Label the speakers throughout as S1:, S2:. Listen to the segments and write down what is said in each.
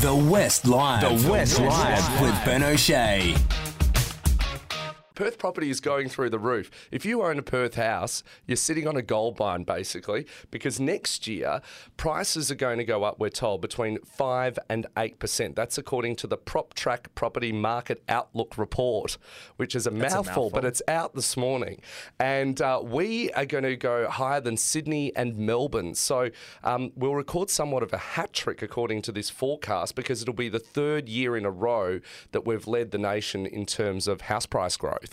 S1: The West Live.
S2: The West Live.
S1: with Ben O'Shea.
S2: Perth property is going through the roof. If you own a Perth house, you're sitting on a gold mine basically, because next year prices are going to go up, we're told, between 5 and 8%. That's according to the PropTrack Property Market Outlook Report, which is a, mouthful, but it's out this morning. And uh, we are going to go higher than Sydney and Melbourne. So um, we'll record somewhat of a hat trick according to this forecast, because it'll be the third year in a row that we've led the nation in terms of house price growth.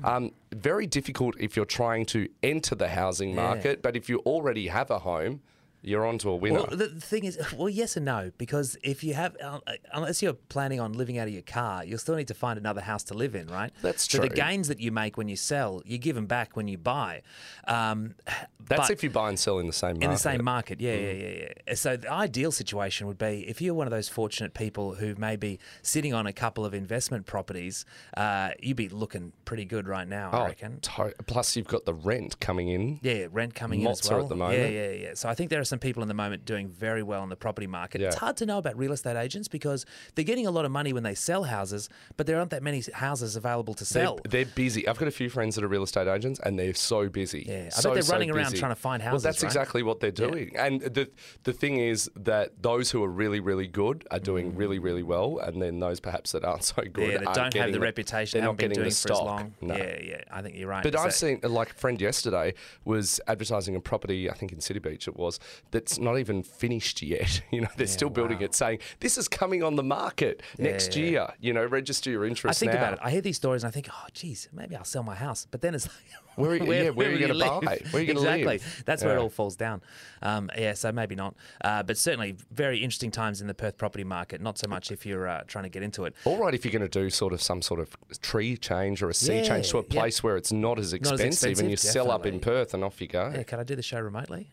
S3: Mm.
S2: Um, very difficult if you're trying to enter the housing market, but if you already have a home, you're onto a winner.
S3: Well, the the thing is, well, yes and no, because if you have, uh, unless you're planning on living out of your car, you'll still need to find another house to live in, right?
S2: That's
S3: So the
S2: true.
S3: gains that you make when you sell, you give them back when you buy. Um,
S2: That's Mm.
S3: but-
S2: if you buy and sell in the same market.
S3: in the same market, yeah, yeah, yeah, yeah. So the ideal situation would be if you're one of those fortunate people who may be sitting on a couple of investment properties, uh, you'd be looking pretty good right now,
S2: Oh,
S3: I reckon.
S2: to- plus, you've got the rent coming in.
S3: Yeah, rent coming
S2: Lots
S3: in as
S2: are at
S3: well.
S2: the moment.
S3: Yeah, yeah, yeah. So I think there are some people in the moment doing very well in the property market. It's
S2: Yeah.
S3: hard to know about real estate agents because they're getting a lot of money when they sell houses, but there aren't that many houses available to
S2: They're,
S3: sell.
S2: they're busy. I've got a few friends that are real estate agents, and they're so busy.
S3: Yeah, I bet
S2: so,
S3: they're
S2: so
S3: running around
S2: busy.
S3: trying to find
S2: Well,
S3: houses,
S2: that's
S3: right?
S2: exactly what they're doing. And the the thing is that those who are really really good are doing really really well, and then those perhaps that aren't so good
S3: Mm. yeah,
S2: aren't
S3: they don't have
S2: getting
S3: the reputation.
S2: They're not
S3: haven't
S2: getting
S3: been doing
S2: the
S3: it for as
S2: stock.
S3: long.
S2: No.
S3: Yeah, yeah. I think you're right.
S2: But
S3: Is
S2: I've
S3: that-
S2: seen, like, a friend yesterday was advertising a property, I think in City Beach it was, that's not even finished yet. You know, they're still building it, saying, this is coming on the market next
S3: Yeah.
S2: year. You know, register your
S3: I
S2: interest
S3: think
S2: now.
S3: about it. I hear these stories and I think, oh, geez, maybe I'll sell my house. But then it's like,
S2: Where are you- yeah, where are you
S3: will
S2: gonna
S3: live?
S2: buy? Where are you gonna
S3: exactly.
S2: live?
S3: That's where it
S2: Yeah.
S3: all falls down. Um, yeah, so maybe not. Uh, but certainly very interesting times in the Perth property market. Not so much if you're uh, trying to get into it.
S2: All right, if you're going to do sort of some sort of tree change or a sea
S3: Yeah,
S2: change to a
S3: yeah.
S2: place where it's not as expensive,
S3: expensive,
S2: and you sell up in
S3: definitely.
S2: Perth and off you go.
S3: Yeah, can I do the show remotely?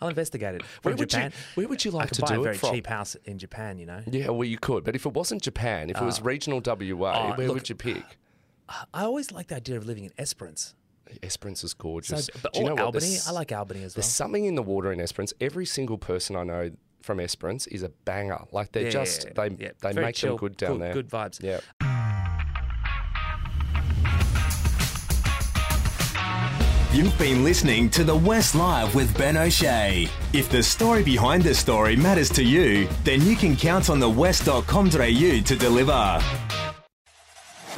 S3: I'll investigate it. From
S2: Where would you-
S3: Japan.
S2: where would you
S3: I
S2: like
S3: could
S2: to
S3: buy
S2: do
S3: a
S2: it
S3: very
S2: from? Mm.
S3: cheap house in Japan, you know?
S2: Yeah, well, you could. But if it wasn't Japan, if it was regional WA,
S3: Ah. Oh,
S2: where
S3: look-
S2: would you pick?
S3: I always like the idea of living in Esperance.
S2: Esperance is
S3: So,
S2: gorgeous.
S3: but,
S2: Do you
S3: or
S2: know what?
S3: Albany.
S2: There's-
S3: I like Albany as well.
S2: There's something in the water in Esperance. Every single person I know from Esperance is a banger. Like they're
S3: Yeah,
S2: just
S3: yeah,
S2: they
S3: yeah.
S2: they
S3: Very
S2: make
S3: chill,
S2: them good down
S3: good-
S2: there.
S3: good vibes.
S2: Yeah.
S1: You've been listening to The West Live with Ben O'Shea. If the story behind the story matters to you, then you can count on the west.com.au to deliver.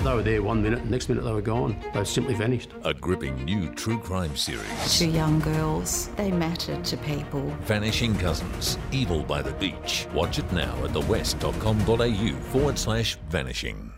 S4: They were there one minute, next minute they were gone. They simply vanished.
S5: A gripping new true crime series,
S6: Two young girls, they mattered to people.
S5: Vanishing Cousins, Evil by the Beach. Watch it now at thewest.com.au forward slash vanishing.